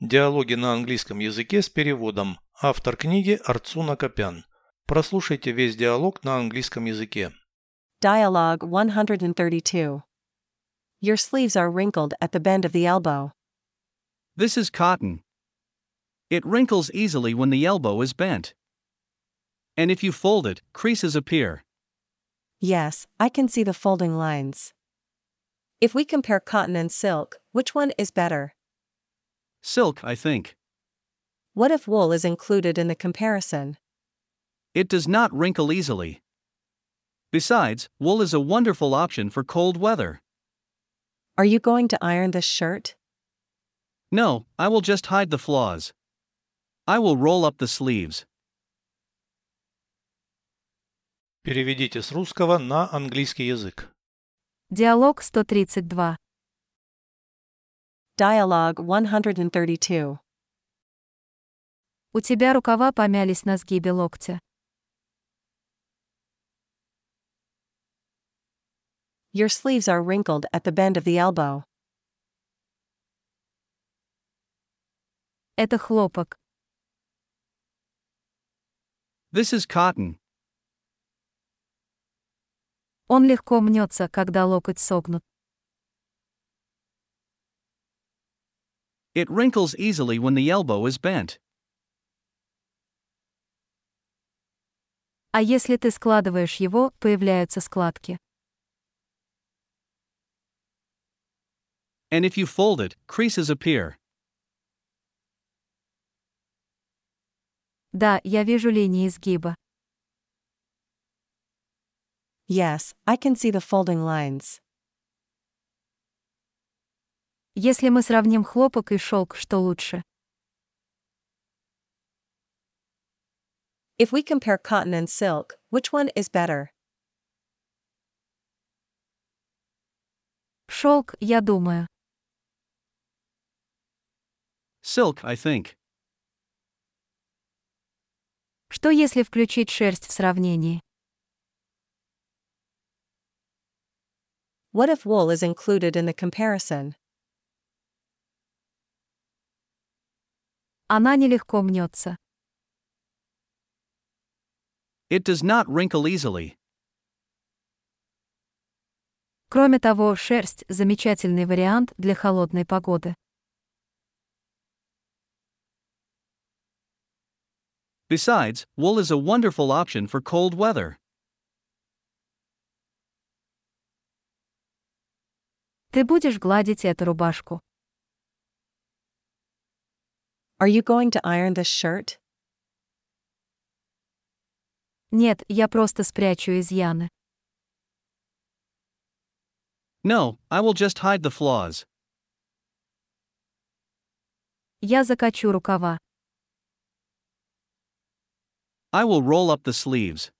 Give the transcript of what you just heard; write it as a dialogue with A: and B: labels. A: Диалоги на английском языке с переводом. Автор книги Арцуна Копян. Прослушайте весь диалог на английском языке.
B: Dialogue 132. Your sleeves are wrinkled at the bend of the elbow.
C: This is cotton. It wrinkles easily when the elbow is bent. And if you fold it, creases appear.
B: Yes, I can see the folding lines. If we compare cotton and silk, which one is better?
C: Silk, I think.
B: What if wool is included in the comparison?
C: It does not wrinkle easily. Besides, wool is a wonderful option for cold weather.
B: Are you going to iron this shirt?
C: No, I will just hide the flaws. I will roll up the sleeves.
A: Переведите с русского на английский язык.
D: Диалог 132.
B: Dialogue 132.
D: У тебя рукава помялись на сгибе локтя.
B: Your sleeves are wrinkled at the bend of the elbow.
D: Это хлопок.
C: This is cotton.
D: Он легко мнется, когда локоть согнут.
C: It wrinkles easily when the elbow is bent.
D: А если ты складываешь его, появляются складки.
C: And if you fold it, creases appear.
D: Да, я вижу линии изгиба.
B: Yes, I can see the folding lines.
D: Если мы сравним хлопок и шелк, что лучше?
B: If we compare cotton and silk, which one is better?
D: Шелк, я думаю.
C: Silk, I think.
D: Что если включить шерсть в сравнении?
B: What if wool is included in the comparison?
D: Она нелегко мнется.
C: It does not wrinkle easily.
D: Кроме того, шерсть – замечательный вариант для холодной погоды.
C: Besides, wool is a wonderful option for cold weather.
D: Ты будешь гладить эту рубашку.
B: Are you going to iron this shirt?
D: Нет, я просто спрячу изъяны.
C: No, I will just hide the flaws.
D: Я закачу рукава.
C: I will roll up the sleeves.